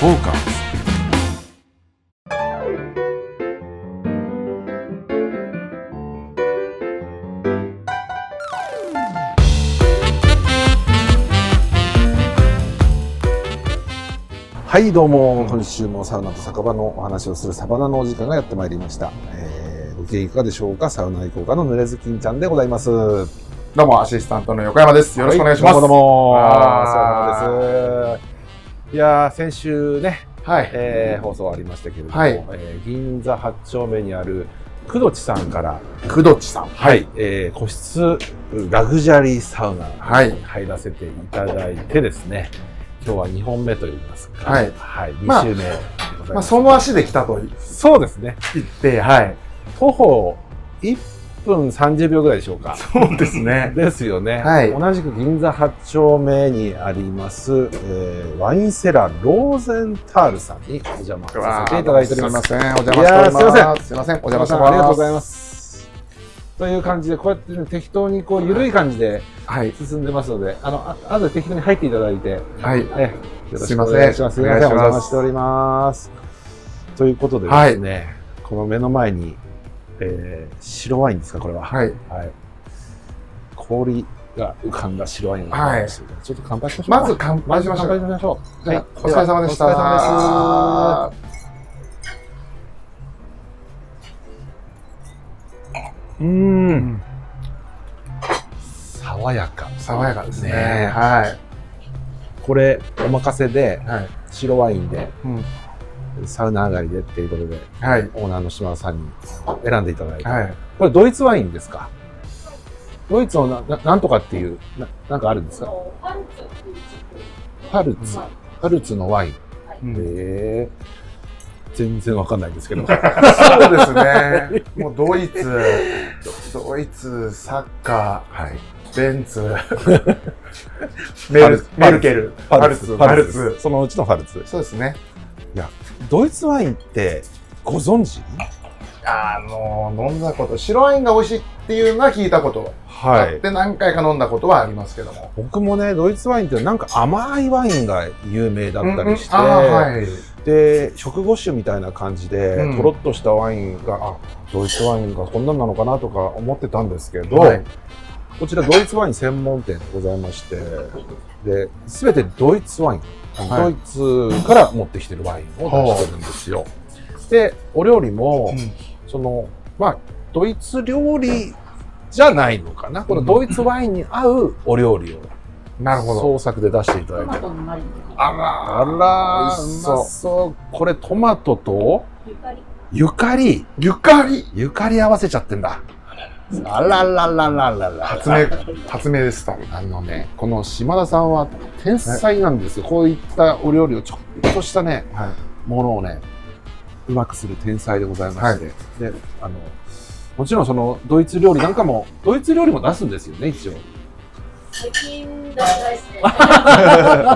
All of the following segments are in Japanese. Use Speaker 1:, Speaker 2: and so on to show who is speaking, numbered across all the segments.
Speaker 1: フォーカスはいどうも今週もサウナと酒場のお話をするサバナのお時間がやってまいりました、えー、ご機嫌いかがでしょうかサウナ愛好家の濡れずきんちゃんでございますよ
Speaker 2: どうも、アシスタントの横山です。よろしくお願いします。
Speaker 1: どうもどうも
Speaker 2: あー
Speaker 1: サウナですいやー先週ね
Speaker 2: はい。
Speaker 1: えー放送ありましたけれども、
Speaker 2: はい
Speaker 1: えー銀座8丁目にあるくどちさんから、
Speaker 2: くどちさん。
Speaker 1: はいえー個室ラグジュアリーサウナに
Speaker 2: はい
Speaker 1: 入らせていただいてですね、今日は2本目といいますか、
Speaker 2: はい
Speaker 1: 2週目でござい
Speaker 2: まあ、
Speaker 1: ます、
Speaker 2: その足で来たと
Speaker 1: そうですね
Speaker 2: 言って、はい。
Speaker 1: 徒歩1分30秒ぐらいでしょうか
Speaker 2: そうです ね。
Speaker 1: ですよね、
Speaker 2: はい
Speaker 1: 同じく銀座8丁目にあります、えーワインセラーローゼンタールさんにお邪魔させていただいております
Speaker 2: すいません。お
Speaker 1: い
Speaker 2: 邪魔しております。
Speaker 1: やー
Speaker 2: ん。すいません。お
Speaker 1: お
Speaker 2: 邪魔しております。。
Speaker 1: ありがとうございますす。という感じで、こうやってね、適当にこう、緩い感じで
Speaker 2: はい。
Speaker 1: 進んでますので、あの、ああとで適当に入っていただいて、
Speaker 2: はい。
Speaker 1: えよろしくお願いします。す
Speaker 2: すい
Speaker 1: い
Speaker 2: ま
Speaker 1: ま
Speaker 2: せん
Speaker 1: せん、お
Speaker 2: お
Speaker 1: 邪
Speaker 2: 願いします
Speaker 1: 魔しております。ということでですね、この目の前に、えー白ワインですか、これは。は
Speaker 2: はい。
Speaker 1: い。氷が浮かんだ白ワインがございますので、ちょっと乾杯しましょうか。
Speaker 2: まず乾杯しましょう
Speaker 1: まず乾杯しましょう。
Speaker 2: じゃあお疲れ様でした。
Speaker 1: お疲れ様です。
Speaker 2: うーん。
Speaker 1: 爽やか。
Speaker 2: 爽やかですね。
Speaker 1: ねえ
Speaker 2: は
Speaker 1: これ、お任せで
Speaker 2: い。、はい。
Speaker 1: 白ワインで、
Speaker 2: うん。
Speaker 1: サウナ上がりでっていうことで、
Speaker 2: はい。
Speaker 1: オーナーの島田さんに選んでいただいて。
Speaker 2: はい。
Speaker 1: これ、ドイツワインですかドイツのなななんとかっていう、ななんかあるんですかハルツ。ハルツのワイン。へ
Speaker 2: うん
Speaker 1: え。全然わかんないんです けど。
Speaker 2: そうですね。もうドイツ、ドドイツ、サッカ
Speaker 1: はい。
Speaker 2: ー、ベンツ、メルメルケル、パルツ、パルツ。
Speaker 1: そのうちのハルツ。
Speaker 2: そうですね。
Speaker 1: ドイツワインって、ご存知
Speaker 2: あの、飲んだこと、白ワインが美味しいっていうのは聞いたことあ
Speaker 1: は
Speaker 2: っ。て、何回か飲んだことはありますけども。
Speaker 1: 僕もね、ドイツワインってなんか甘いワインが有名だったりして、
Speaker 2: うんうんあーはい。
Speaker 1: で食後酒みたいな感じで、
Speaker 2: うん
Speaker 1: とろっとしたワインがあドイツワインがこんなんなのかなとか思ってたんですけど、
Speaker 2: はい
Speaker 1: こちらドイツワイン専門店でございましてで全てドイツワイン、
Speaker 2: はい
Speaker 1: ドイツから持ってきてるワインを出してるんですよ。でお料理も、そのまあドイツ料理じゃないのかな、このドイツワインに合うお料理を
Speaker 2: なるほど。
Speaker 1: 創作で出していただいてる
Speaker 2: あら
Speaker 1: あらー、
Speaker 2: 美味
Speaker 1: う
Speaker 2: しそう
Speaker 1: まそう。これトマトとゆかり。
Speaker 2: ゆかり
Speaker 1: ゆかり合わせちゃってんだ。あらららららら。
Speaker 2: 発明、発明です、多分。
Speaker 1: あのね、この島田さんは天才なんですよ。こういったお料理をちょっとしたね、
Speaker 2: はい。
Speaker 1: ものをね、うまくする天才でございまして。で、あの、もちろんそのドイツ料理なんかも、ドイツ料理も出すんですよね、 一応。
Speaker 3: 最近だいですね。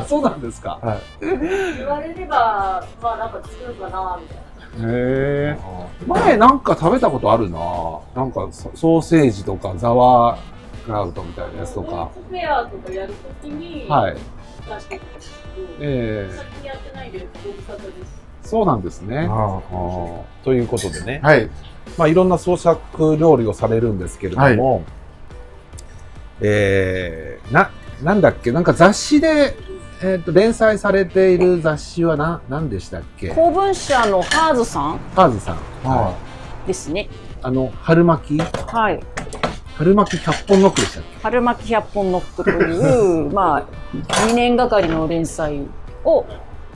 Speaker 1: そうなんですか。
Speaker 3: 言われれば、まあなんか作るかなみたいな。
Speaker 1: へえ。前なんか食べたことあるななんかソソーセージとかザワークラウトみたいなやつとか。
Speaker 3: フェアとかやるときに
Speaker 1: はい。
Speaker 3: 出してくるんですけど、
Speaker 1: ええ
Speaker 3: 最近やってないんで、ご無沙汰です。
Speaker 1: そうなんですね。
Speaker 2: あ
Speaker 1: あーということでね、
Speaker 2: ーはい。
Speaker 1: まあ、いろんな創作料理をされるんですけれども、えーな、なんだっけ、なんか雑誌で、えー、と連載されている雑誌はな何でしたっけ
Speaker 4: 公文社のハーズさん
Speaker 1: カーズさん。
Speaker 2: は
Speaker 4: ですね。
Speaker 1: あの、春巻き
Speaker 4: はい。
Speaker 1: 春巻き100本ノックでしたっけ
Speaker 4: 春巻き100本ノックという、まあ、2年がかりの連載を、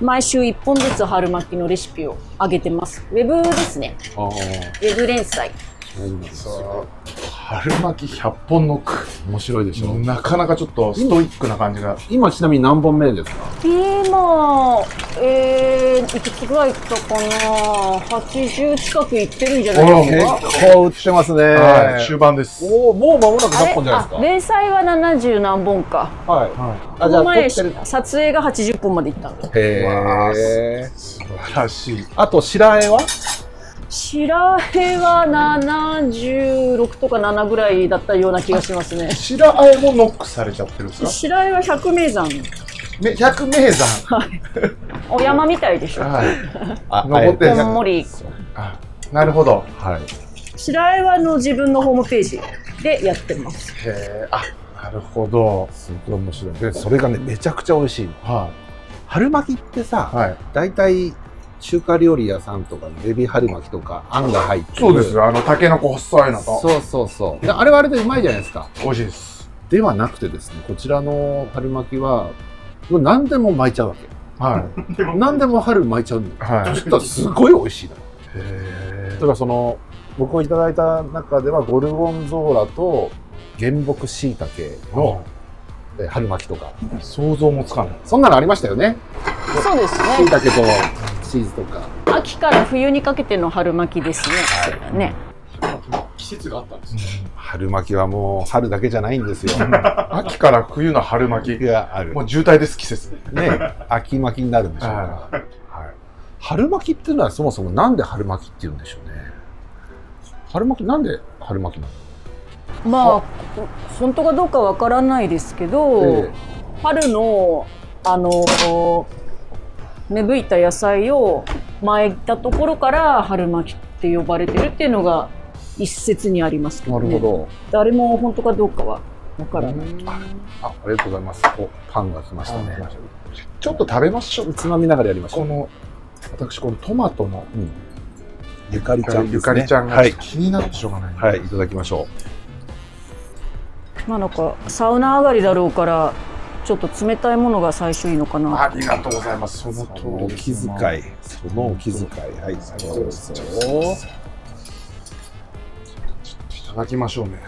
Speaker 4: 毎週1本ずつ春巻きのレシピを上げてます。ウェブですね。
Speaker 1: ああ、
Speaker 4: ウェブ連載。
Speaker 1: そうなんで
Speaker 2: い。
Speaker 1: す
Speaker 2: そう。春巻き100本の句。
Speaker 1: 面白いでしょ、
Speaker 2: なかなかちょっとストイックな感じが。
Speaker 1: 今ちなみに何本目ですか
Speaker 4: 今、えー、いくつぐらいいったかな ?80 近くいってるんじゃない
Speaker 2: あ
Speaker 4: で
Speaker 2: ら
Speaker 4: すか
Speaker 1: 構売ってますね。
Speaker 2: はい。終盤です。
Speaker 1: おお、もう間もなく
Speaker 4: あれ
Speaker 1: 100本じゃないです
Speaker 4: あ連載は70何本か。
Speaker 1: か。はい。
Speaker 2: は
Speaker 1: あ、
Speaker 4: こ
Speaker 1: じゃ
Speaker 4: の
Speaker 1: あ撮
Speaker 4: 前、
Speaker 1: ってる。
Speaker 4: 撮影が80本までいったんで。
Speaker 2: わ
Speaker 1: へえ。
Speaker 2: い。素晴らしい。
Speaker 1: あと、白絵は
Speaker 4: 白毛は76とか7ぐらいだったような気がしますね。
Speaker 2: 白あえもノックされちゃってるんですか
Speaker 4: 白毛は百名山。
Speaker 2: め百名山。
Speaker 4: お山みたいでしょ。
Speaker 2: はい。
Speaker 1: あ
Speaker 2: 登って
Speaker 1: あえ
Speaker 4: こんもり。
Speaker 2: あ、なるほど。
Speaker 1: はい。
Speaker 4: 白井はの自分のホームページでやってます。
Speaker 2: へえ。あ、なるほど。
Speaker 1: すごい面白い。で、それがね、めちゃくちゃ美味しいの。
Speaker 2: は
Speaker 1: 春巻きって
Speaker 2: い。
Speaker 1: さ、
Speaker 2: はい。
Speaker 1: 大体、中華料理屋さんとかのエビ春巻きとか、あんが入ってる
Speaker 2: そうです。よ。あの、タケノコ細いのと。
Speaker 1: そうそうそう。であれはあれでうまいじゃないですか。
Speaker 2: 美味しいです。
Speaker 1: ではなくてですね、こちらの春巻きは、もう何でも巻いちゃうわけ。
Speaker 2: はい。
Speaker 1: 何でも春巻いちゃうのよ。
Speaker 2: は
Speaker 1: そ
Speaker 2: い。
Speaker 1: したらすごい美味しいのよ。
Speaker 2: へえ
Speaker 1: だか。らその、僕もいただいた中では、ゴルゴンゾーラと原木椎茸のえ春巻きとか、
Speaker 2: 想像もつかない。
Speaker 1: そんなのありましたよね。
Speaker 4: そうです
Speaker 1: 椎茸
Speaker 4: ね。
Speaker 1: とチーズとか。
Speaker 4: 秋から冬にかけての春巻きですね。それはね。
Speaker 5: 季節があったんですね。
Speaker 1: 春巻きはもう春だけじゃないんですよ。
Speaker 2: 秋から冬の春巻き。
Speaker 1: がある
Speaker 2: も。う渋滞です、季節。
Speaker 1: ね、秋巻きになるんでしょうから。はい、春巻きっていうのはそもそもなんで春巻きっていうんでしょうね。春巻きなんで春巻きなの
Speaker 4: まあ本当かどうかわからないですけど、
Speaker 1: え
Speaker 4: 春のあの芽吹いた野菜を巻いたところから春巻きって呼ばれてるっていうのが一説にありますけど,、ね、
Speaker 1: ど。
Speaker 4: 誰も本当かどうかはわからない。
Speaker 1: あありがとうございます。おパンが来ましたね。
Speaker 2: ちょっと食べましょう。
Speaker 1: つまみながらやりましょ
Speaker 2: こ
Speaker 1: う。
Speaker 2: の、私、このトマトの
Speaker 1: ゆかりちゃんですね。
Speaker 2: ゆかりちゃんが
Speaker 1: はい。
Speaker 2: 気になってしょうがない。
Speaker 1: はい、いただきましょ
Speaker 4: まあなんかサウナ上がりだろうからちょっと冷たいものが最初いいのかな。
Speaker 2: ありがとうございます。その
Speaker 1: う。
Speaker 2: 通
Speaker 1: お
Speaker 2: り。
Speaker 1: 気遣い。そのお気遣い。はい、どうぞ。
Speaker 2: いただきましょうね。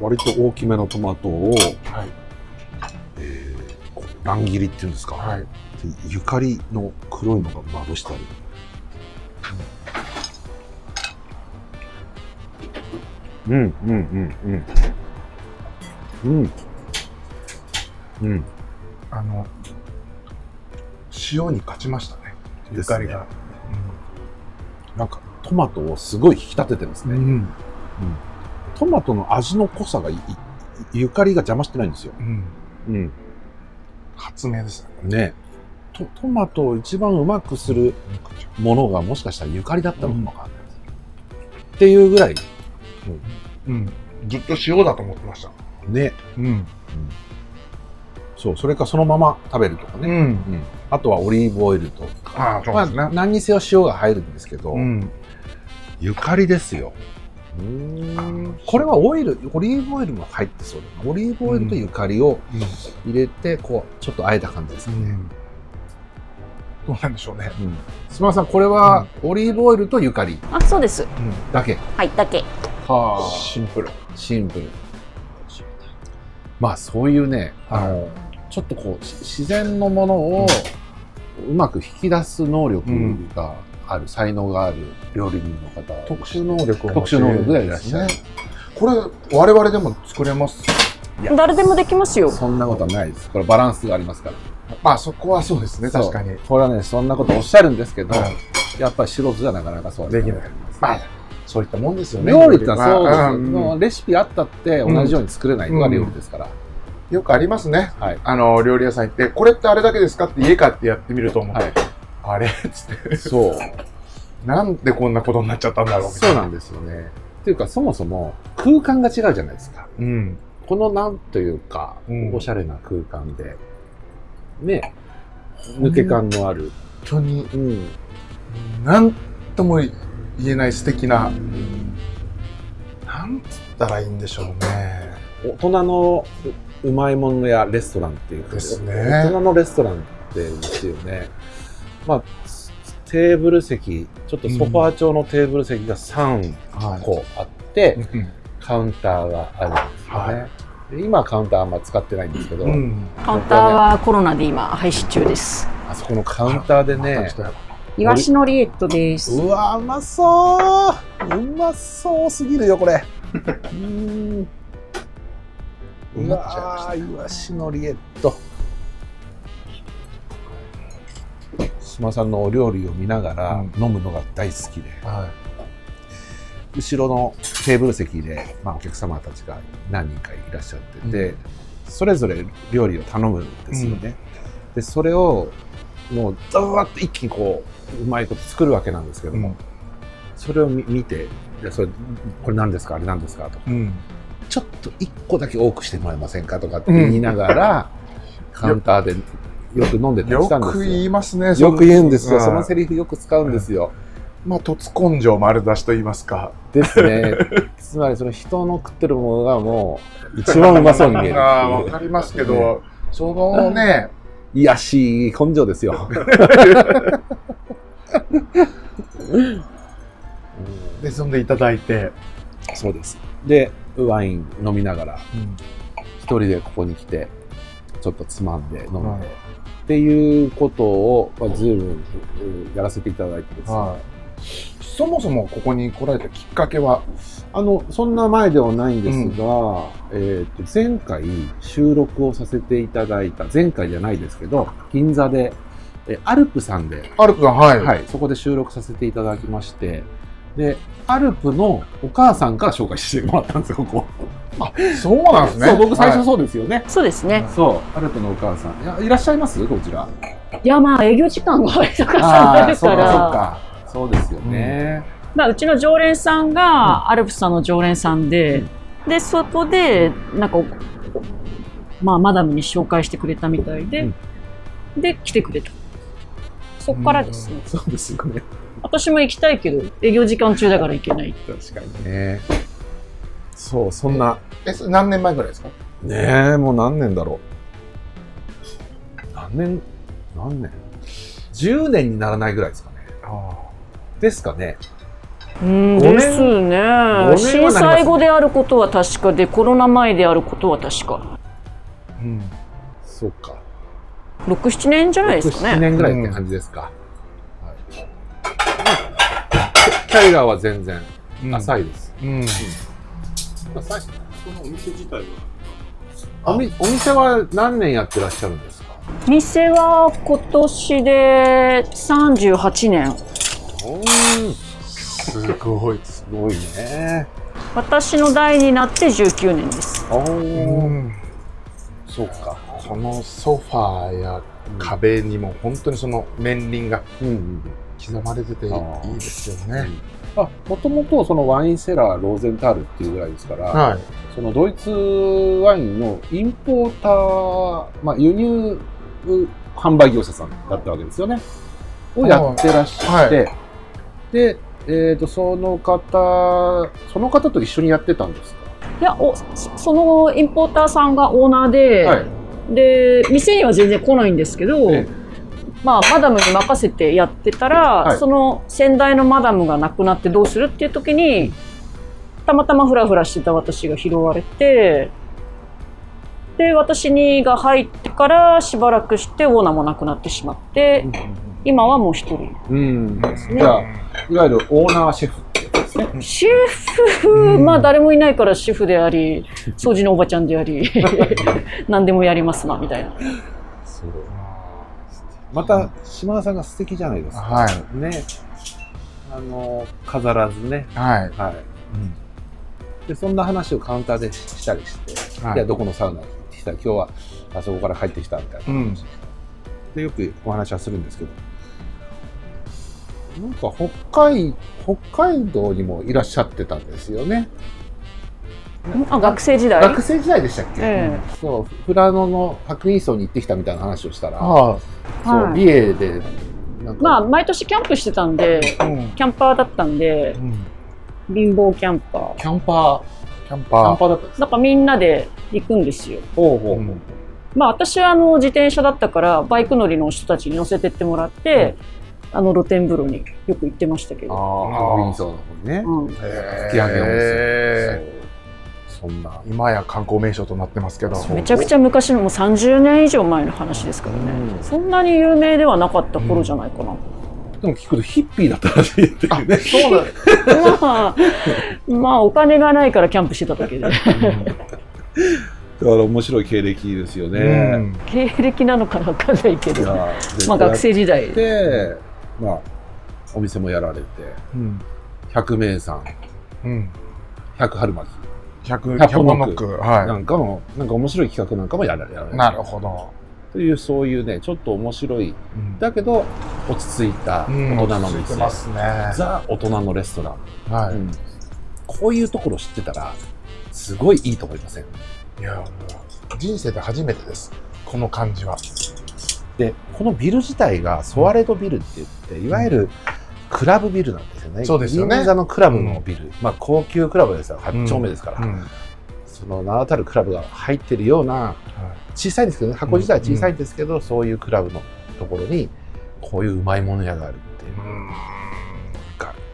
Speaker 1: 割と大きめのトマトを、
Speaker 2: はい。
Speaker 1: えーこう乱切りっていうんですか。
Speaker 2: はい。
Speaker 1: でゆかりの黒いのがまぶしてあるうんうんうんうんうんうん
Speaker 2: あの、塩に勝ちましたね。ゆ
Speaker 1: ですね
Speaker 2: かりが。
Speaker 1: なんかトマトをすごい引き立ててるんです
Speaker 2: う
Speaker 1: ね、
Speaker 2: ん。
Speaker 1: トマトの味の濃さがいいゆかりが邪魔してないんですよ、
Speaker 2: うん。
Speaker 1: うん、
Speaker 2: 発明ですね。
Speaker 1: ねとトマトを一番うまくするものがもしかしたらゆかりだったのかもわかんないです、っていうぐらい
Speaker 2: うん。ずっと塩だと思ってました。
Speaker 1: ね
Speaker 2: うん。
Speaker 1: そうそれかそのまま食べるとかね、
Speaker 2: うん。
Speaker 1: あとはオリーブオイルとか、
Speaker 2: ああ、そう
Speaker 1: まあ、
Speaker 2: ですね。
Speaker 1: 何にせよ塩が入るんですけど、
Speaker 2: うん。
Speaker 1: ゆかりですよこれはオイルオリーブオイルも入ってそうだなオリーブオイルとゆかりを入れてこうちょっと和えた感じです
Speaker 2: う
Speaker 1: ね、
Speaker 2: ん。どうなんでしょうね。
Speaker 1: うんすみませんこれはオリーブオイルとゆかり
Speaker 4: あそうです。
Speaker 1: だけ
Speaker 4: はいだけ。
Speaker 1: は
Speaker 2: シンプル。
Speaker 1: シンプルまあそういうねあのちょっとこうし自然のものをうまく引き出す能力がある、才能がある料理人の方
Speaker 2: 特殊能力を
Speaker 1: 特殊能力でいらっしゃる、
Speaker 2: これ、我々でも作れます。
Speaker 4: 誰でもできますよ。
Speaker 1: そんなことはないですこれバランスがありますから
Speaker 2: まあ、そこはそうですね。
Speaker 1: そう
Speaker 2: 確かに。
Speaker 1: これはねそんなことおっしゃるんですけど、
Speaker 2: はい
Speaker 1: やっぱり素人じゃなかなかそうは
Speaker 2: できない
Speaker 1: ます
Speaker 2: まあ、そういったもんですよね。
Speaker 1: 料理ってのはそうですよ、
Speaker 2: ん
Speaker 1: もうレシピあったって同じように作れないのが料理ですから、
Speaker 2: よくありますね。
Speaker 1: はい
Speaker 2: あの、料理屋さん行って、これってあれだけですかって家買ってやってみると思う。
Speaker 1: は
Speaker 2: あれっつって、
Speaker 1: い そう
Speaker 2: なんでこんなことになっちゃったんだろうみ
Speaker 1: そ
Speaker 2: たいうな。
Speaker 1: なんですよね。っていうか、そもそも空間が違うじゃないですか。
Speaker 2: うん。
Speaker 1: このなんというか、
Speaker 2: うん
Speaker 1: おしゃれな空間で、ね、抜け感のある、
Speaker 2: 本当に、
Speaker 1: うん、
Speaker 2: なんとも言えない素敵な、なんつったらいいんでしょうね。
Speaker 1: 大人のううまいものやレストランっていうか、
Speaker 2: ですね
Speaker 1: 大人のレストランってですよね。まあ、テーブル席、ちょっとソファー調のテーブル席が3
Speaker 2: は
Speaker 1: 個あって、
Speaker 2: うん。
Speaker 1: カウンターがあるんですよね。
Speaker 2: は
Speaker 1: で今はカウンターあんま使ってないんですけど、
Speaker 2: うん。
Speaker 4: カウンターはコロナで今廃止中です。
Speaker 1: あそこのカウンターで
Speaker 2: ま
Speaker 1: ね
Speaker 2: た、来たよ
Speaker 4: イワシのリエットです。
Speaker 1: うわうまそううまそうすぎるよこれうーん
Speaker 2: う
Speaker 1: う
Speaker 2: なっちゃいました
Speaker 1: わーイワシのリエット須磨さんのお料理を見ながら
Speaker 2: うん
Speaker 1: 飲むのが大好きで、
Speaker 2: は
Speaker 1: 後ろのテーブル席で、まあ、お客様たちが何人かいらっしゃってて、それぞれ料理を頼むんですよね。でそれをもうざわっと一気にこううまいこと作るわけなんですけども、
Speaker 2: うん
Speaker 1: それを見見て「いやそれこれ何ですかあれ何ですか?」とか
Speaker 2: うん
Speaker 1: 「ちょっと一個だけ多くしてもらえませんか?」とかって言いなが ら、カウンターでよく飲んでたり
Speaker 2: よ
Speaker 1: したんです
Speaker 2: く
Speaker 1: よ。
Speaker 2: 言いますね。
Speaker 1: よく言うんですよ。そのセ
Speaker 2: リ
Speaker 1: リフよく使うんですよ。
Speaker 2: フ。まあ、突根性丸出しと言いますか。
Speaker 1: ですね。 つまりその人の食ってるものがもう一番うまそうに見えるっていう
Speaker 2: ああ、わかりますけど、そのね、
Speaker 1: いやしい根性です よ。うん
Speaker 2: で、飲んでいただいて、
Speaker 1: そうです。で、ワイン飲みながら、
Speaker 2: うん
Speaker 1: 一人でここに来て、ちょっとつまんで飲んで、っていうことを、まあ、ずいぶんうんやらせていただいてですね、
Speaker 2: はい。そもそもここに来られたきっかけは、
Speaker 1: あの、そんな前ではないんですが、えっ、と、前回収録をさせていただいた、前回じゃないですけど、銀座で、えアルプさんで、
Speaker 2: アルプさん、はい。
Speaker 1: はい、そこで収録させていただきまして、で、アルプのお母さんから紹介してもらったんですよ、ここ。
Speaker 2: そうなんですね。
Speaker 1: そう、僕最初
Speaker 2: はい
Speaker 1: そうですよね。
Speaker 4: そうですね。
Speaker 1: そう、アルプのお母さん。いやいらっしゃいますこちら。
Speaker 4: いや、まあ、営業時間があれとかさ、
Speaker 1: あ
Speaker 4: あ
Speaker 1: あ、
Speaker 4: る
Speaker 1: そ
Speaker 4: か
Speaker 1: う
Speaker 4: ら。
Speaker 1: か、そうか。そうですよね。
Speaker 4: まあ、うちの常連さんがアルプスさんの常連さんで、でそこでなんか、まあ、マダムに紹介してくれたみたいで、で来てくれたそこからですね、
Speaker 1: そうですよね。
Speaker 4: 私も行きたいけど営業時間中だから行けない
Speaker 1: 確かにね。そう、そんな。
Speaker 2: え、それ何年前ぐらいですか
Speaker 1: ねえもう何年だろう何年何年 ?10 年にならないぐらいですかねですかね
Speaker 4: うん
Speaker 1: 五年
Speaker 4: です
Speaker 1: はなり
Speaker 4: ね
Speaker 1: ますね
Speaker 4: 震災後であることは確かでコロナ前であることは確か
Speaker 2: うん。
Speaker 1: そうか
Speaker 4: 67年じゃないですか
Speaker 1: 7
Speaker 4: ね
Speaker 1: 年ぐらいって感じですか、はいキャリアは全然浅いです、
Speaker 2: うん。
Speaker 5: まあ最初このお店自体は
Speaker 1: おみお店は何年やってらっしゃるんですか
Speaker 4: 店は今年で38年
Speaker 2: すごい。
Speaker 1: すごいね
Speaker 4: 私の代になって19年です
Speaker 1: お
Speaker 2: う
Speaker 1: お、
Speaker 2: ん。
Speaker 1: そうか
Speaker 2: このソファーや壁にも本当にその年輪が
Speaker 1: うんうん
Speaker 2: 刻まれててい
Speaker 1: あー
Speaker 2: いですよ
Speaker 1: うん
Speaker 2: ね。
Speaker 1: あもともとそのワインセラーローゼンタールっていうぐらいですから、
Speaker 2: はい。
Speaker 1: そのドイツワインのインポーター、まあ、輸入販売業者さんだったわけですよね。をやってらっしゃって、で、えー、とその方、その方と一緒にやってたんですか、
Speaker 4: いやおそそのインポーターさんがオーナーで、
Speaker 1: はい、
Speaker 4: で店には全然来ないんですけど、
Speaker 1: ええ
Speaker 4: まあ、マダムに任せてやってたら、
Speaker 1: はい
Speaker 4: その先代のマダムが亡くなってどうするっていう時にたまたまフラフラしてた私が拾われてで私にが入ってからしばらくしてオーナーも亡くなってしまって、今はもう一人
Speaker 1: うん。じゃあ、いわゆるオーナーシェフってやつですね。
Speaker 4: 主婦、まあ誰もいないから主婦であり 掃除のおばちゃんであり何でもやりますなみたいな。
Speaker 1: そうまた、島田さんが素敵じゃないですか。
Speaker 2: はい。
Speaker 1: ね。あの、飾らずね。
Speaker 2: はい。
Speaker 1: はい。でそんな話をカウンターでしたりして、
Speaker 2: はい
Speaker 1: い、やどこのサウナ行ってきた今日はあそこから帰ってきたみたいな、
Speaker 2: うん。
Speaker 1: でよくお話はするんですけどなんか北海北海道にもいらっしゃってたんですよね
Speaker 4: あ学生時代
Speaker 1: 学生時代でしたっけ、
Speaker 4: え
Speaker 1: そうフラノの白銀荘に行ってきたみたいな話をしたら、
Speaker 2: は
Speaker 1: そう、
Speaker 4: はい
Speaker 1: 美瑛でなんか、
Speaker 4: まあ毎年キャンプしてたん
Speaker 2: い。う
Speaker 4: で
Speaker 2: ん。
Speaker 4: キャンパーだったんで貧乏キャンパー
Speaker 1: キャンパー
Speaker 2: キャン
Speaker 1: キャン
Speaker 2: パー。
Speaker 1: パーだったんです
Speaker 4: なんかみんなで行くんですよ
Speaker 1: ほうほう
Speaker 2: うん
Speaker 4: まあ私はあの自転車だったからバイク乗りの人たちに乗せてってもらって、あの露天風呂によく行ってましたけど、
Speaker 1: ああ白銀荘の方にね、
Speaker 4: うん、
Speaker 2: へー
Speaker 1: 吹き上げ温泉そうそんな
Speaker 2: 今や観光名所となってますけど。
Speaker 4: めちゃくちゃ昔のもう30年以上前の話ですからね、
Speaker 1: うん
Speaker 4: そんなに有名ではなかった頃じゃないかな、
Speaker 1: でも聞くとヒッピーだったらしいっていうね。
Speaker 2: そうなんです。
Speaker 4: まあ まあお金がないからキャンプしてただけで
Speaker 1: だから面白い経歴ですよね。
Speaker 2: うん
Speaker 4: 経歴なのかなわかんないけ
Speaker 1: い
Speaker 4: ど
Speaker 1: や
Speaker 4: まあ学生時代
Speaker 1: で、まあ、お店もやられて、
Speaker 2: うん
Speaker 1: 百名さん、
Speaker 2: うん。
Speaker 1: 百春巻き100
Speaker 2: 100、100本ノック。
Speaker 1: な
Speaker 2: は
Speaker 1: んかも、なんか面白い企画なんかもやられやられ
Speaker 2: い。なるほど。
Speaker 1: という、そういうね、ちょっと面白い、
Speaker 2: うん
Speaker 1: だけど、落ち着いた
Speaker 2: うん
Speaker 1: 大人の
Speaker 2: 落ち着い
Speaker 1: 店
Speaker 2: て。ますね。
Speaker 1: ザ・大人のレストラン。
Speaker 2: は
Speaker 1: うんこういうところ知ってたら、すごいいいと思いません
Speaker 2: い。いや、もう、人生で初めてです。この感じは。
Speaker 1: で、このビル自体がソワレドビルって言って、いわゆるクラブビルなんですよね。
Speaker 2: そうですよね
Speaker 1: 銀座のクラブのビル。まあ、高級クラブですよ。
Speaker 2: うん
Speaker 1: 8丁目ですから。
Speaker 2: うん。
Speaker 1: その名だたるクラブが入ってるような、小さいんですけどね、箱自体は小さいんですけど、そういうクラブのところに、こういううまいもの屋があるっていうう。
Speaker 2: ん。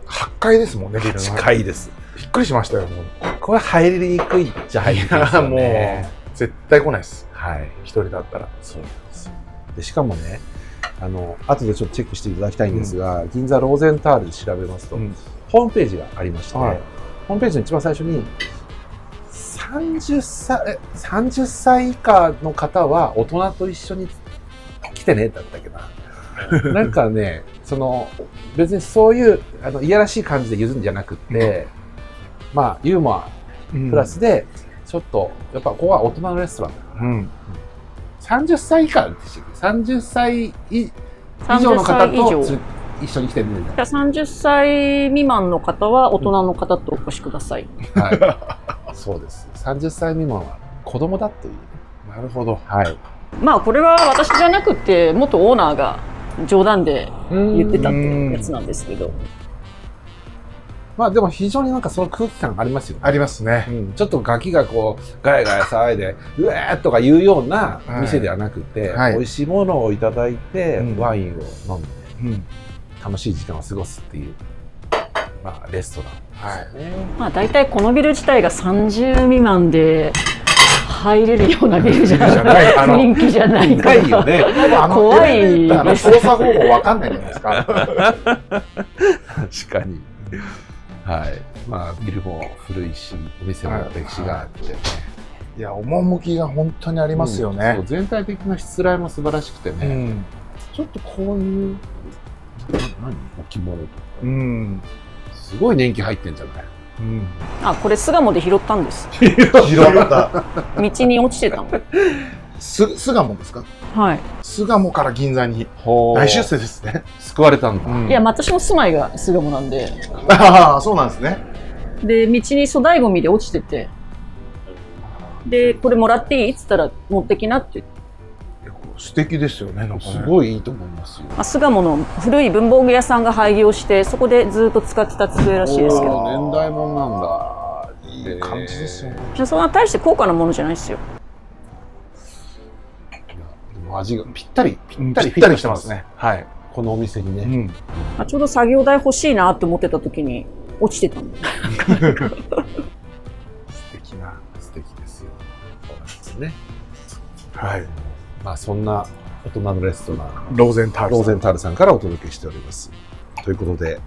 Speaker 2: 8階ですもんね、ビルの。
Speaker 1: 近いです。
Speaker 2: びっくりしましたよ、もう。
Speaker 1: これ入りにくいっちゃ入りにくいですよね。
Speaker 2: う、絶対来ないです。
Speaker 1: はい。
Speaker 2: 一人だったら。
Speaker 1: そうなんですよでしかもねあの後でちょっとチェックしていただきたいんですが、銀座ローゼンタールで調べますと、
Speaker 2: うん
Speaker 1: ホームページがありまして、
Speaker 2: はい
Speaker 1: ホームページの一番最初に30歳え30歳以下の方は大人と一緒に来てねだったっけな なんかねその別にそういうあのいやらしい感じで言うんじゃなくって、まあユーモアプラスで、ちょっとやっぱここは大人のレストランだから
Speaker 2: うん。
Speaker 1: 30歳以下でしたっけ30歳以以
Speaker 4: 30
Speaker 1: 上の方
Speaker 4: 歳以
Speaker 1: と
Speaker 4: 上
Speaker 1: つ一緒に来てるん
Speaker 4: じゃあ30歳未満の方は大人の方とお越しください。
Speaker 1: はい、そうです30歳未満は子供だという、
Speaker 2: なるほど。
Speaker 1: はい、
Speaker 4: まあこれは私じゃなくて元オーナーが冗談で言ってたっていうやつなんですけど。
Speaker 1: まあでも非常になんかその空気感ありますよね
Speaker 2: ありますね。
Speaker 1: うんちょっとガキがこうガヤガヤ騒いでうえーとか言うような店ではなくて、
Speaker 2: はい
Speaker 1: 美味しいものをいただいて、
Speaker 2: うん
Speaker 1: ワインを飲んで
Speaker 2: うん。
Speaker 1: 楽しい時間を過ごすっていう、まあ、レストラ
Speaker 2: はい。
Speaker 1: ンですね。
Speaker 4: まあ大体このビル自体が30未満で入れるようなビルじゃ
Speaker 2: じゃないあの
Speaker 4: 人気じゃない
Speaker 1: な
Speaker 4: から。
Speaker 1: いよね
Speaker 2: あの
Speaker 4: 怖い
Speaker 2: エレベーターの操作方法わかんないじゃないです か。
Speaker 1: 確かに。はい。まあ、ビルも古いし、お店も歴史があってね。
Speaker 2: いや、趣が本当にありますよ
Speaker 1: そ
Speaker 2: ね
Speaker 1: う。全体的なしつらいも素晴らしくて
Speaker 2: う
Speaker 1: ね、
Speaker 2: ん。
Speaker 1: ちょっとこういう、な何置物とか、
Speaker 2: うん。
Speaker 1: すごい年季入ってんじゃない
Speaker 2: うん。
Speaker 4: あ、これ巣鴨で拾ったんです。
Speaker 2: 拾った。
Speaker 4: 道に落ちてたの。
Speaker 2: す、巣鴨ですか
Speaker 4: はい。
Speaker 2: 巣鴨から銀座に。
Speaker 1: ほ
Speaker 2: 大出世ですね。
Speaker 1: 救われたんだ。
Speaker 2: うん
Speaker 4: いや、まあ私の住まいが巣鴨なんで。
Speaker 2: ああ、そうなんですね。
Speaker 4: で、道に粗大ゴミで落ちてて。で、これもらっていいって言ったら持ってきなって言って。
Speaker 2: 素敵ですよね、なんかね
Speaker 1: すごいいいと思いますよ。
Speaker 4: まあ巣鴨の古い文房具屋さんが廃業して、そこでずっと使ってた机らしいですけど。
Speaker 1: おー年代もんなんだ。
Speaker 2: いい感じですよね。
Speaker 4: いやそんな大して高価なものじゃないですよ。
Speaker 1: でも味がぴったり、ぴ
Speaker 2: ぴ
Speaker 1: っ
Speaker 2: ったた
Speaker 1: り
Speaker 2: り、ぴったりしてます。ね。はい。
Speaker 1: このお店にね。
Speaker 2: ん。
Speaker 4: あちょうど作業台欲しいなって思ってた時に落ちてたんで。
Speaker 2: 素敵な。
Speaker 1: 素敵ですよ。そうなんですよね。
Speaker 2: はい。
Speaker 1: まあ、そんな大人のレストラン。
Speaker 2: ローゼンタール
Speaker 1: ロ
Speaker 2: さ
Speaker 1: ー
Speaker 2: ん。
Speaker 1: ゼンタールさんからお届けしております。ということで、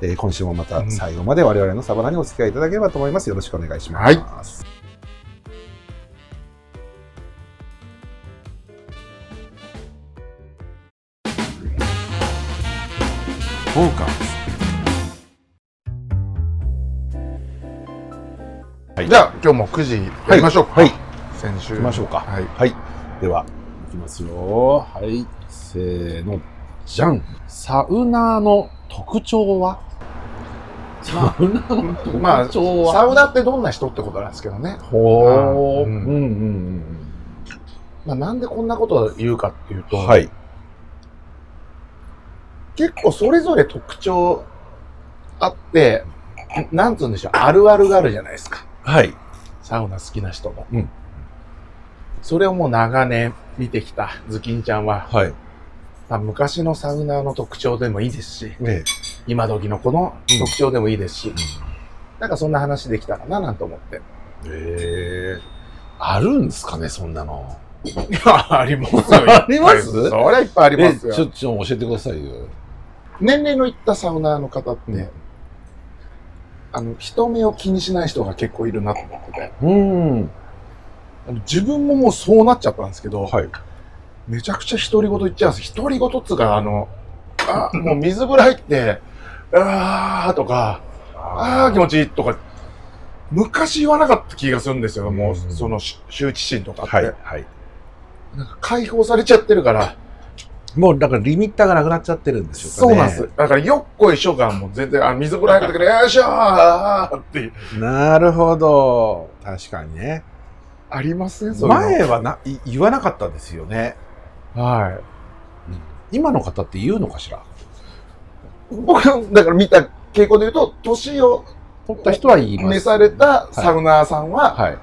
Speaker 1: えー今週もまた最後まで我々のサバナにお付き合いいただければと思います。よろしくお願いします。
Speaker 2: はい
Speaker 1: フォーカはい
Speaker 2: じゃあ、今日も9時やりましょうか。
Speaker 1: はい。
Speaker 2: 先週。
Speaker 1: 行きましょうか。
Speaker 2: はい。
Speaker 1: はい。では、いきますよ。はい。せーの。じゃん。サウナーの特徴はサウナーの特徴は、
Speaker 2: まあ、サウナってどんな人ってことなんですけどね。
Speaker 1: ほー。
Speaker 2: うん
Speaker 1: うんうん
Speaker 2: まあ、なんでこんなことを言うかっていう
Speaker 1: う
Speaker 2: と、
Speaker 1: ん。はい。
Speaker 2: 結構それぞれ特徴あって、なんつうんでしょう、あるあるがあるじゃないですか。
Speaker 1: はい。
Speaker 2: サウナ好きな人も。
Speaker 1: うん
Speaker 2: それをもう長年見てきたズキンちゃんは、
Speaker 1: はい。
Speaker 2: まあ、昔のサウナーの特徴でもいいですし、
Speaker 1: ね
Speaker 2: 今時の子の
Speaker 1: うん
Speaker 2: 特徴でもいいですし、なんかそんな話できたらななんて思って。
Speaker 1: え。えー。あるんですかね、そんなの。
Speaker 2: ありますよ。
Speaker 1: あります
Speaker 2: そりゃいっぱいあります
Speaker 1: えちょ
Speaker 2: よ。
Speaker 1: ちょっと教えてくださいよ。
Speaker 2: 年齢のいったサウナーの方って、
Speaker 1: うん
Speaker 2: あの、人目を気にしない人が結構いるなと思ってて。
Speaker 1: うん。
Speaker 2: あの自分ももうそうなっちゃったんですけど、
Speaker 1: はい。
Speaker 2: めちゃくちゃ独り言言っちゃうんです。独り言っつうか、あの、あもう水風呂入って、あーとか、あー気持ちいいとか昔言わなかった気がするんですよ、
Speaker 1: う
Speaker 2: もう、
Speaker 1: ん
Speaker 2: そのし羞恥心とかって。
Speaker 1: はい、はい。
Speaker 2: なんか解放されちゃってるから、
Speaker 1: もうだからリミッターがなくなっちゃってるんでしょ
Speaker 2: そうう
Speaker 1: か
Speaker 2: なん
Speaker 1: ね。
Speaker 2: です。だから、よっこいしょがもう全然、あ、水風呂入った時に、よいしょーあーって、
Speaker 1: なるほど。確かにね。
Speaker 2: ありますね、そういうの
Speaker 1: 前はない言わなかったですよね。
Speaker 2: はい。
Speaker 1: 今の方って言うのかしら
Speaker 2: 僕、だから見た傾向で言うと、年を
Speaker 1: 取った人は言いま
Speaker 2: 召
Speaker 1: す。
Speaker 2: されたサウナーさんは、
Speaker 1: はい。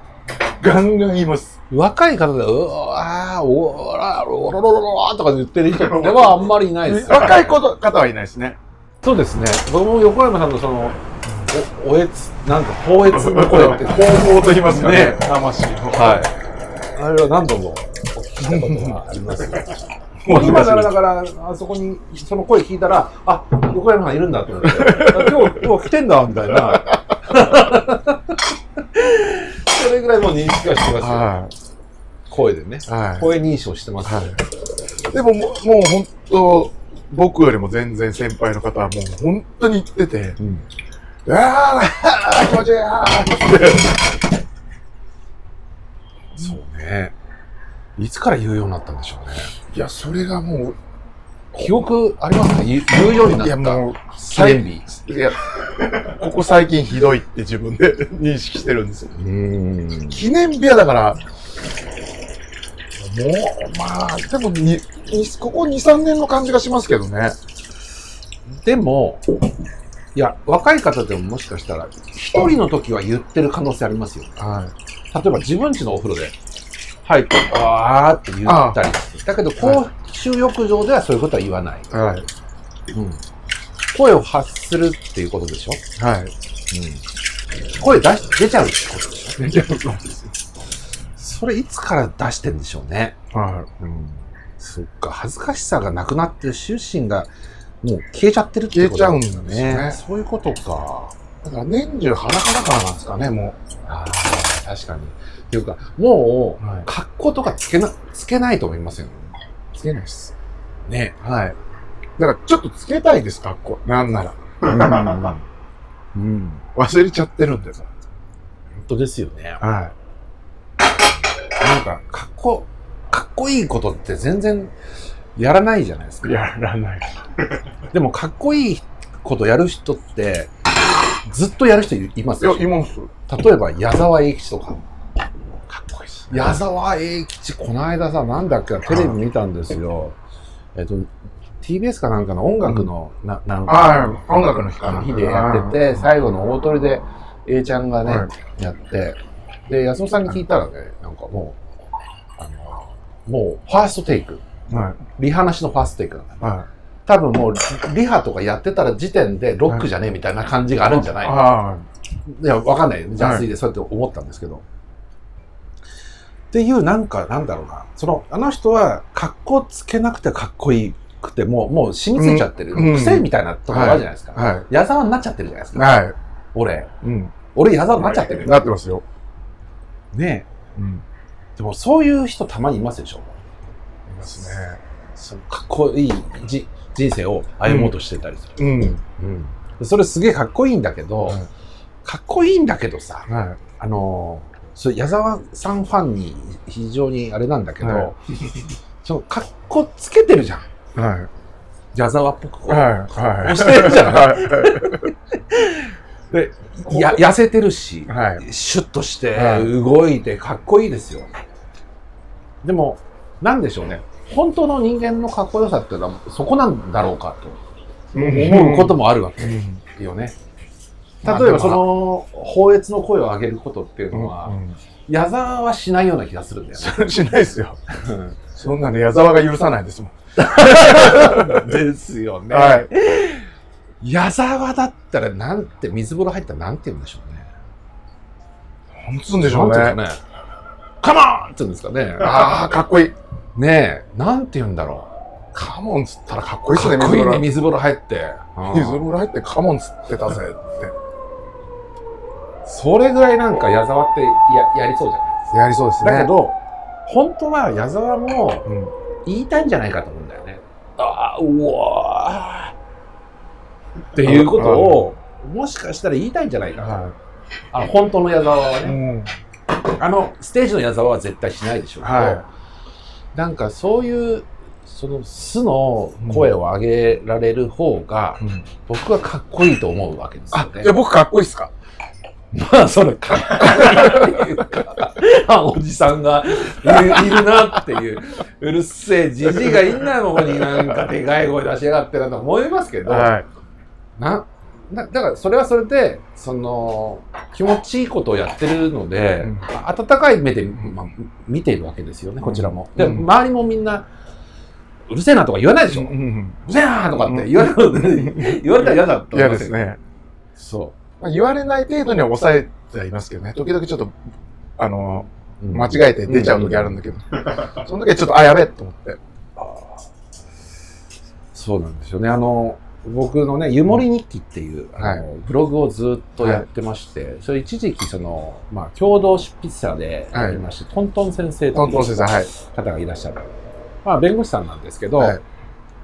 Speaker 2: ガンガン言います。
Speaker 1: 若い方で、うわー、おら、おろろろろとか言ってる人ではあんまりいないです。
Speaker 2: 若い子と方はいないですね。
Speaker 1: そうですね。僕も横山さんのその、お、おえつ、なんか、放越の声 って、
Speaker 2: 方法と言いますかね
Speaker 1: ね、
Speaker 2: 魂の。
Speaker 1: はい。あれは何度もお聞きしたことがあります。今ならだから、あそこに、その声聞いたら、あ、横山さんいるんだってなって、今日、今日来てんだ、みたい な。それぐらいもう認識はしてますよ。
Speaker 2: は
Speaker 1: 声でね。
Speaker 2: い。はい。
Speaker 1: 声認証してます、
Speaker 2: でももう、もう本当、僕よりも全然先輩の方はもう本当に言ってて、
Speaker 1: うん
Speaker 2: うわー、気持ちいいあーって。
Speaker 1: そうね。いつから言うようになったんでしょうね。
Speaker 2: いや、それがもう、
Speaker 1: 記憶ありますか言う言うようになっ
Speaker 2: いやも
Speaker 1: た
Speaker 2: う、
Speaker 1: 記念日。
Speaker 2: いや、ここ最近ひどいって自分で 認識してるんですよ。
Speaker 1: うん。
Speaker 2: 記念日はだから、もう、まあ、でもに、にここ2、3年の感じがしますけどね。
Speaker 1: でも、いや、若い方でももしかしたら、一人の時は言ってる可能性ありますよね。
Speaker 2: はい。
Speaker 1: 例えば自分家のお風呂で入って、あーって言ったり。だけど、公衆浴場ではそういうことは言わない。
Speaker 2: はい。
Speaker 1: うん。声を発するっていうことでしょ
Speaker 2: はい。
Speaker 1: うん。声出し、出ちゃうってことでしょそれいつから出してんでしょうね。
Speaker 2: は
Speaker 1: うん。そっか、恥ずかしさがなくなって、執心がもう消えちゃってるって
Speaker 2: 消え
Speaker 1: こと
Speaker 2: ちゃうん
Speaker 1: だ
Speaker 2: で
Speaker 1: よ
Speaker 2: すよね。
Speaker 1: そういうことか。
Speaker 2: だから年中裸だからなんですかね、も
Speaker 1: ああ、確かに。っていうか、も
Speaker 2: う。は
Speaker 1: う、格好とかつけな、つけないと思いませんよ
Speaker 2: い。つけないです。
Speaker 1: ね。
Speaker 2: はい。だからちょっとつけたいです、格好。なんなら。
Speaker 1: うん。うん
Speaker 2: 忘れちゃってるんでさ。
Speaker 1: 本当ですよね。
Speaker 2: はい。なんか、
Speaker 1: 格好、かっこいいことって全然やらないじゃないですか。
Speaker 2: やらない。
Speaker 1: でも、かっこいいことやる人って、ずっとやる人います
Speaker 2: い
Speaker 1: よ
Speaker 2: や、。今もそう。
Speaker 1: 例えば、矢沢永吉とか。
Speaker 2: かっこいいです。
Speaker 1: 矢沢永吉、この間さ、なんだっけな、テレビ見たんですよ。えっと、TBS かなんかの音楽の、ななんか
Speaker 2: はい音楽の日かな
Speaker 1: 日でやってて、最後の大トリで A ちゃんがね、
Speaker 2: は
Speaker 1: やって、で、安尾さんに聞いたらね、なんかもう、あの、もう、ファーストテイク。
Speaker 2: は
Speaker 1: リハなしのファーストテイクなんだ
Speaker 2: い。は。
Speaker 1: 多分もう、リハとかやってたら時点でロックじゃねえみたいな感じがあるんじゃないい
Speaker 2: はい
Speaker 1: や、わかんないよ。邪推でそうやって思ったんですけど。っていう、なんか、なんだろうな。その、あの人は、格好つけなくてかっこいいくて、もう、もう染みついちゃってる。
Speaker 2: うん
Speaker 1: 癖みたいなところあるじゃないですか。
Speaker 2: い。は
Speaker 1: 矢沢になっちゃってるじゃないです
Speaker 2: い。
Speaker 1: か。
Speaker 2: は
Speaker 1: 俺。
Speaker 2: い。うん。
Speaker 1: 俺矢沢になっちゃってる。
Speaker 2: なってますよ。
Speaker 1: ね
Speaker 2: うん。
Speaker 1: え。でも、そういう人たまにいますでしょ。
Speaker 2: いますね。
Speaker 1: そのかっこいいじ人生を歩もうとしてたりする。
Speaker 2: うん。
Speaker 1: うんそれすげえかっこいいんだけど、
Speaker 2: はい
Speaker 1: かっこいいんだけどさ、
Speaker 2: は
Speaker 1: あのーそう矢沢さんファンに非常にあれなんだけど、
Speaker 2: はい
Speaker 1: その格好つけてるじゃん
Speaker 2: い。はい。
Speaker 1: 矢沢っぽくこう、
Speaker 2: はい。はい。
Speaker 1: 押してるじゃん
Speaker 2: は
Speaker 1: や痩せてるし
Speaker 2: い。はい。
Speaker 1: シュッとして
Speaker 2: はい
Speaker 1: 動いてかっこいいですよ、でもなんでしょうね本当の人間のかっこよさっていうのはそこなんだろうかと思うこともあるわけ
Speaker 2: うん。
Speaker 1: よね、
Speaker 2: まあ
Speaker 1: 例えばその放越の声を上げることっていうのは、
Speaker 2: う
Speaker 1: 矢沢はしないような気がするんだよね
Speaker 2: ん。しないですよ。そんなの矢沢が許さないですもん。
Speaker 1: ですよね
Speaker 2: はい。
Speaker 1: 矢沢だったらなんて水風呂入ったらなんて言うんでしょうね。
Speaker 2: 本当でしょう
Speaker 1: なん
Speaker 2: ね
Speaker 1: て。言うんですかね。カモンって言うんですかね。
Speaker 2: ああ、かっこいい。
Speaker 1: ねえ、なんて言うんだろ
Speaker 2: カモンっつったらかっこ
Speaker 1: う。
Speaker 2: いいっす
Speaker 1: か
Speaker 2: ね、
Speaker 1: っこいいね、
Speaker 2: 水
Speaker 1: 水風呂入って。
Speaker 2: 風呂入ってカモンっつってたぜっ
Speaker 1: それぐらいなんか矢沢ってややりそうじゃないです
Speaker 2: て。やりそうです
Speaker 1: か。
Speaker 2: ね。
Speaker 1: だけど、本当は矢沢も
Speaker 2: うん、
Speaker 1: 言いたいんじゃないかと思うんだよね。ああ、うわーっていうことを、もしかしたら言いたいんじゃないかな。
Speaker 2: は
Speaker 1: あの本当の矢沢は
Speaker 2: う
Speaker 1: ね、
Speaker 2: ん。
Speaker 1: あのステージの矢沢は絶対しないでしょうけど、
Speaker 2: はい
Speaker 1: なんかそういうその素の声を上げられる方が、
Speaker 2: うん
Speaker 1: 僕はかっこいいと思うわけですよ
Speaker 2: あ、
Speaker 1: ね
Speaker 2: じゃあ。僕かっこいいっすか
Speaker 1: まあそれかっこいいっていうか、あおじさんがいるいるなっていう、うるせえじじいがいんなのになんかでかい声出しやがってなと思いますけど、
Speaker 2: はい。
Speaker 1: ななだからそれはそれでその気持ちいいことをやってるので、
Speaker 2: うん
Speaker 1: まあ温かい目で、まあ、見ているわけですよねこちらも。で
Speaker 2: うん
Speaker 1: 周りもみんなうるせえなとか言わないでしょ、う
Speaker 2: うん
Speaker 1: るせえなとかって言われる、言われたら嫌だと思
Speaker 2: 嫌
Speaker 1: いま
Speaker 2: です
Speaker 1: よ
Speaker 2: す。ね。
Speaker 1: そ
Speaker 2: まあ言われない程度には抑えてはいますけどね。時々ちょっと、あの、
Speaker 1: う、
Speaker 2: 間違えて出ちゃう時あるんだけど。その時はちょっと、あ、やべえと思って。
Speaker 1: そうなんですよね。あの、僕のね、湯守日記っていう、あのブログをずっとやってまして、それ一時期、その、まあ、共同執筆者でありまして、トントン先生と
Speaker 2: ト
Speaker 1: い
Speaker 2: ン
Speaker 1: う
Speaker 2: トン先生、はい。
Speaker 1: 方がいらっしゃる。まあ、弁護士さんなんですけど、
Speaker 2: はい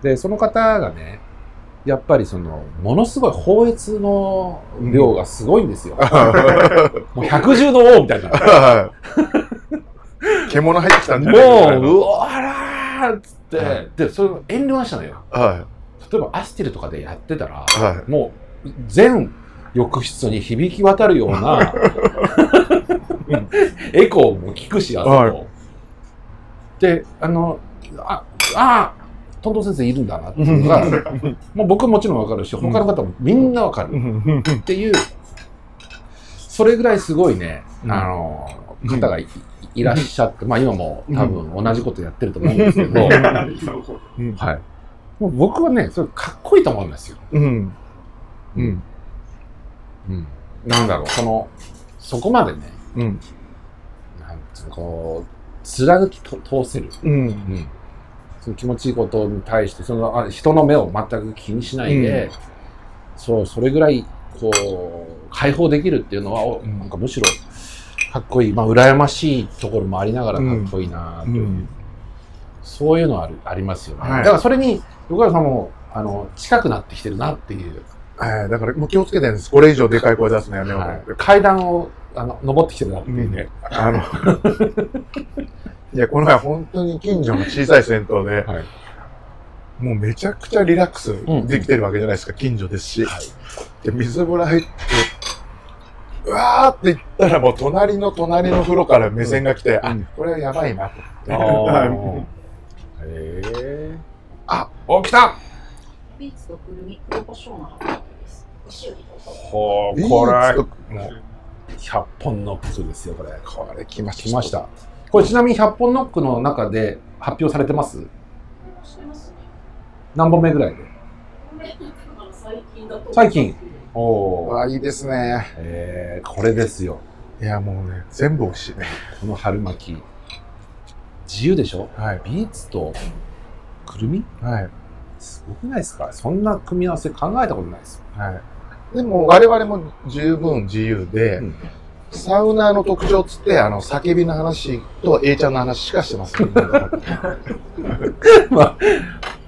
Speaker 1: で、その方がね、やっぱりその、ものすごい放越の量がすごいんですよ。もう百獣の王みたいな。
Speaker 2: はい獣入ってきたんじゃない
Speaker 1: もう、
Speaker 2: う、
Speaker 1: うわらーっつって、
Speaker 2: はい
Speaker 1: で、それも遠慮なしなのよ。
Speaker 2: は
Speaker 1: 例えばアスティルとかでやってたら、
Speaker 2: い。は
Speaker 1: もう全浴室に響き渡るような エコーも聞くし、あそこ。
Speaker 2: はい
Speaker 1: で、あの、あ、あ、トントン先生いるんだなっていうのが、もう僕もちろんわかるし、他の方もみんなわか
Speaker 2: い。う
Speaker 1: る
Speaker 2: ん
Speaker 1: っていう、それぐらいすごいね、
Speaker 2: うん
Speaker 1: あの、方がい,、らっしゃって、まあ今も多分同じことやってると思うんですけど、はい。もう僕はね、それかっこいいと思いますよ。
Speaker 2: うん。うん。
Speaker 1: うん、なんだろう、その、そこまでね、
Speaker 2: うん。
Speaker 1: なんつうの、こう、貫きと通せる。
Speaker 2: うん。
Speaker 1: うん。その気持ちいいことに対して、その、あ人の目を全く気にしないで、そう、それぐらい、こう、解放できるっていうのは、お
Speaker 2: うん
Speaker 1: なんかむしろ、かっこいい。まあ、羨ましいところもありながらかっこいいなという、
Speaker 2: うん
Speaker 1: そういうのはあるありますよね。
Speaker 2: はい
Speaker 1: だからそれに、横山さんも、あの、近くなってきてるなっていう。
Speaker 2: はい。だから、もう気をつけてるんです。これ以上でかい声出すのやめようと思
Speaker 1: は
Speaker 2: って
Speaker 1: い、階段を、あの、登ってきてるなっていうね。
Speaker 2: あの、 いや、この前本当に近所の小さい銭湯で、
Speaker 1: はい
Speaker 2: もうめちゃくちゃリラックスできてるわけじゃないですか、近所ですし。で、水風呂入って、うわーって言ったらもう隣の隣の風呂から目線が来て、
Speaker 1: うん
Speaker 2: あ、これはやばいなと。
Speaker 1: あー
Speaker 2: は
Speaker 1: へえ。
Speaker 2: あ、
Speaker 1: 起きた
Speaker 3: ビーツとくるみ、黒胡椒の葉っぱです。お塩で
Speaker 1: ほ
Speaker 2: いい
Speaker 1: これ、
Speaker 2: ちょっともう
Speaker 1: 100本ノックですよ、これ。これ、
Speaker 2: 来ました。
Speaker 1: 来ました。これ、ちなみに100本ノックの中で発表されてます
Speaker 3: してますね。
Speaker 1: 何本目ぐら いで
Speaker 3: これだから最近だと思います
Speaker 1: 最近おお。
Speaker 2: うわ、いいですね。
Speaker 1: えー、これですよ。
Speaker 2: いや、もうね、全部美味しいね。
Speaker 1: この春巻き。自由でしょ
Speaker 2: はい。
Speaker 1: ビーツとくるみ
Speaker 2: はい。
Speaker 1: すごくないですかそんな組み合わせ考えたことないですよ。
Speaker 2: はい。でも、我々も十分自由で、
Speaker 1: うん
Speaker 2: サウナーの特徴っつって、あの、叫びの話と A ちゃんの話しかしてます。
Speaker 1: ま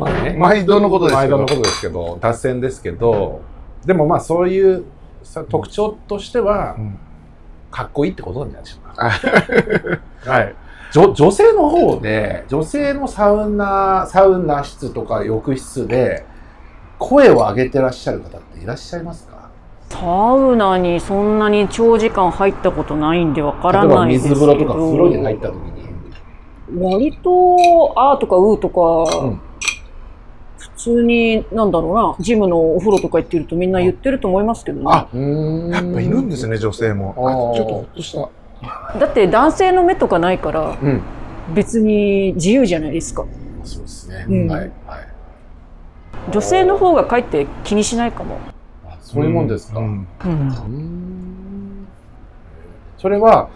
Speaker 1: あね
Speaker 2: 毎度のことですけ
Speaker 1: 毎度
Speaker 2: ど
Speaker 1: のこ。とですけど脱線ですけどでもまあそういうさ特徴としては
Speaker 2: うん
Speaker 1: かっこいいってことなんじゃないでしょうか
Speaker 2: はい。
Speaker 1: 女女性の方で女性のサウナサウナ室とか浴室で声を上げてらっしゃる方っていらっしゃいますか
Speaker 4: サウナにそんなに長時間入ったことないんでわか
Speaker 1: 例
Speaker 4: ら
Speaker 1: えば
Speaker 4: ないですけ
Speaker 1: 水
Speaker 4: ど
Speaker 1: 風呂とか風呂に入った時に
Speaker 4: 割と「あ」とか「う」と
Speaker 1: う
Speaker 4: か、
Speaker 1: ん
Speaker 4: 普通になんだろうなジムのお風呂とか行ってるとみんな言ってると思いますけどね
Speaker 2: あ
Speaker 1: や
Speaker 2: やっぱいるんですね、女性も。
Speaker 1: あー
Speaker 2: あ、ちょっとほっとした。
Speaker 4: だって男性の目とかないから
Speaker 1: うん
Speaker 4: 別に自由じゃないですか
Speaker 1: そうですね、
Speaker 4: うん
Speaker 1: はいはい
Speaker 4: 女性の方がかえって気にしないかも、
Speaker 1: あそういうもんですか、
Speaker 2: ん
Speaker 4: うん
Speaker 1: うんそれは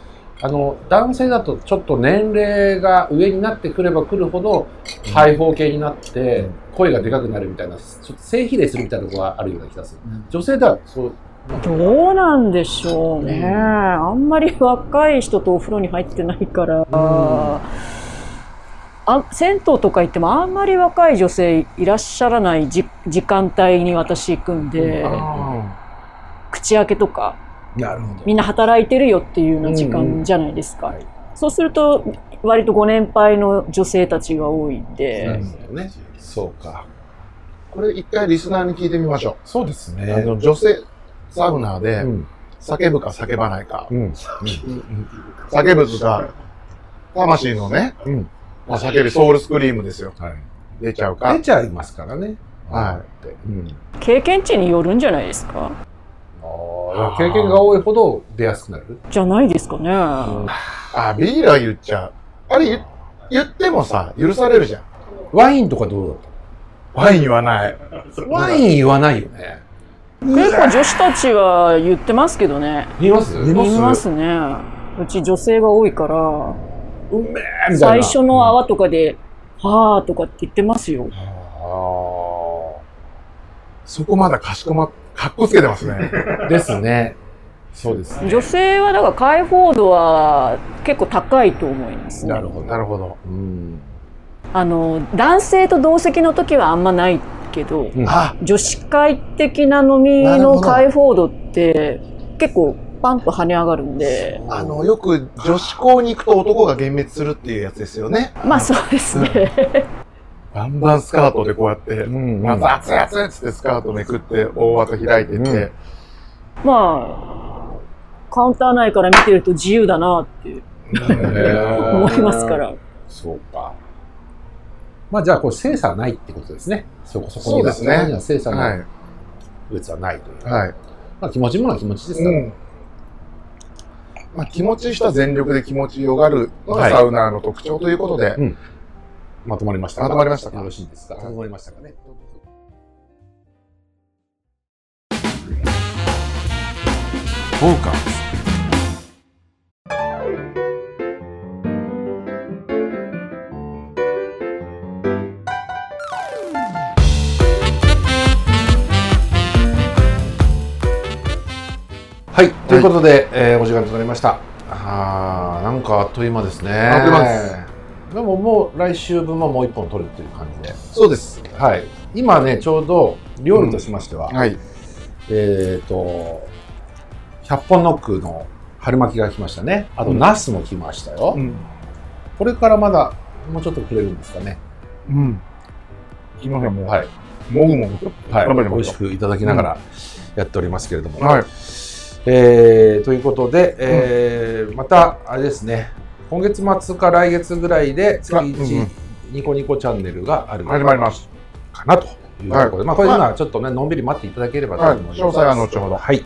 Speaker 1: あの男性だとちょっと年齢が上になってくればくるほど開放系になって
Speaker 2: うん
Speaker 1: 声がでかくなるみたいなちょっと性比例するみたいなところがあるような気がする女性ではそう
Speaker 4: どうなんでしょうね、あんまり若い人とお風呂に入ってないから、あ銭湯とか行ってもあんまり若い女性いらっしゃらないじ時間帯に私行くんで、
Speaker 2: あ
Speaker 4: 口開けとか
Speaker 1: なるほど。
Speaker 4: みんな働いてるよっていうような時間じゃないですか、そうすると割とご年配の女性たちが多いんで、
Speaker 1: なるほどね。そうか。
Speaker 2: これ一回リスナーに聞いてみましょ
Speaker 1: そうです
Speaker 2: う。あ
Speaker 1: ね。
Speaker 2: の、女性サウナで
Speaker 1: ん。
Speaker 2: 叫ぶか叫ばないか。
Speaker 1: うん。
Speaker 2: 叫ぶとか、魂のね、
Speaker 1: うん
Speaker 2: まあ叫び、ソウルスクリームですよ。
Speaker 1: はい。
Speaker 2: 出ちゃうか
Speaker 1: 出。ちゃいますからね。。
Speaker 2: はい
Speaker 1: うん。
Speaker 4: 経験値によるんじゃないですか
Speaker 1: ああ、経験が多いほど出やすくなる。
Speaker 4: じゃないですかね、
Speaker 2: あ、ビールは言っちゃう。あれ言言ってもさ、許されるじゃん。
Speaker 1: ワインとかどうだった
Speaker 2: ワイン言わない。
Speaker 1: ワイン言わないよね。
Speaker 4: 結構女子たちは言ってますけどね
Speaker 1: 言います
Speaker 2: 言います
Speaker 4: 言いますねうち女性が多いから
Speaker 1: うめえみたい
Speaker 4: 最
Speaker 1: な。
Speaker 4: 初の泡とかで「はあ」とかって言ってますよ
Speaker 1: あ
Speaker 2: そこまだかしこまっ、かっこつけてますね。
Speaker 1: あ。ですね。そうですね。
Speaker 4: 女性はだから解放度は結構高いと思いますね
Speaker 1: るほ
Speaker 2: な。るほど。
Speaker 1: うん。
Speaker 4: あの男性と同席の時はあんまないけど、
Speaker 1: うん
Speaker 2: あ、
Speaker 4: 女子会的な飲み
Speaker 2: なるほ
Speaker 4: の
Speaker 2: ど
Speaker 4: 解放度って結構パンと跳ね上がるんで
Speaker 2: あの、よく女子校に行くと男が幻滅するっていうやつですよね。
Speaker 4: まあそうですね、
Speaker 2: バンバンスカートでこうやって、
Speaker 1: ん
Speaker 2: まず熱い熱いっつってスカートめくって大股開いてって、
Speaker 1: うん
Speaker 4: まあカウンター内から見てると自由だなって思いますか。ら
Speaker 1: そうか。まあじゃあ、これ精査ないってことですね。そこそこには
Speaker 2: そうですね
Speaker 1: そこには精査
Speaker 2: は
Speaker 1: ないい。区別はないという。
Speaker 2: はい。
Speaker 1: まあ気持ちものは気持ちですか
Speaker 2: う
Speaker 1: ら。
Speaker 2: んまあ、気持ちいい人は全力で気持ちよがるの
Speaker 1: は
Speaker 2: が
Speaker 1: い
Speaker 2: サウナーの特徴ということで、
Speaker 1: まとまりましたか
Speaker 2: まとまりましたか
Speaker 1: よろしいですかまとまりましたかね。
Speaker 2: フォーカ
Speaker 1: はい。ということで、えーお時間となりました。ああ、なんかあっという間ですね。
Speaker 2: あっという間で
Speaker 1: でももう来週分はもう一本取るっていう感じで。
Speaker 2: そうです。
Speaker 1: はい。今ね、ちょうど料理としましては、
Speaker 2: はい。
Speaker 1: えっ、と、100本ノックの春巻きが来ましたね。あと、
Speaker 2: うん
Speaker 1: ナスも来ましたよ、
Speaker 2: ん。
Speaker 1: これからまだ、もうちょっとくれるんですかね。
Speaker 2: うん。すみません、もう、
Speaker 1: はい。
Speaker 2: もぐもぐ。
Speaker 1: はい。
Speaker 2: 頑張りましょう
Speaker 1: 美味しくいただきながらやっておりますけれども。
Speaker 2: はい。
Speaker 1: えーということで、えーまた、あれですね、今月末か来月ぐらいで、月
Speaker 2: うんう
Speaker 1: 1
Speaker 2: ん、
Speaker 1: ニコニコチャンネルがある
Speaker 2: 始まります。
Speaker 1: かなというところで、
Speaker 2: はい
Speaker 1: まあこれ今ちょっとね、のんびり待っていただければと
Speaker 2: はい
Speaker 1: 思います。
Speaker 2: 詳細は後ほど
Speaker 1: はい。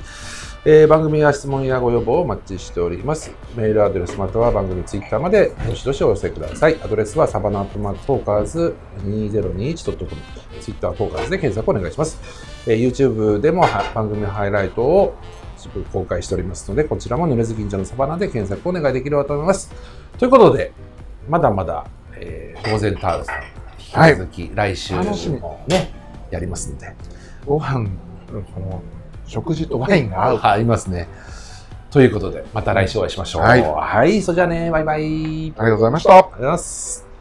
Speaker 1: えー番組や質問やご要望をお待ちしております。メールアドレスまたは番組ツイッターまでどしどしお寄せください。アドレスはサバナアットマークトーカーズ 2021.com。ツイッタートーカーズで検索お願いします。えー YouTube でもは番組ハイライトを一部公開しておりますので、こちらも濡れず銀座のサバナで検索お願いできればと思います。ということで、まだまだ、えー、当然タールさん、
Speaker 2: はい
Speaker 1: 引き続き来週
Speaker 2: 楽しみ
Speaker 1: もね、やりますので。
Speaker 2: ご飯、その、食事とワインが合う。
Speaker 1: ありますね。ということで、また来週お会いしましょう。
Speaker 2: はい
Speaker 1: はい、それじゃあね、バイバイ。ありがとう
Speaker 2: ありがとうございました。
Speaker 1: ございます。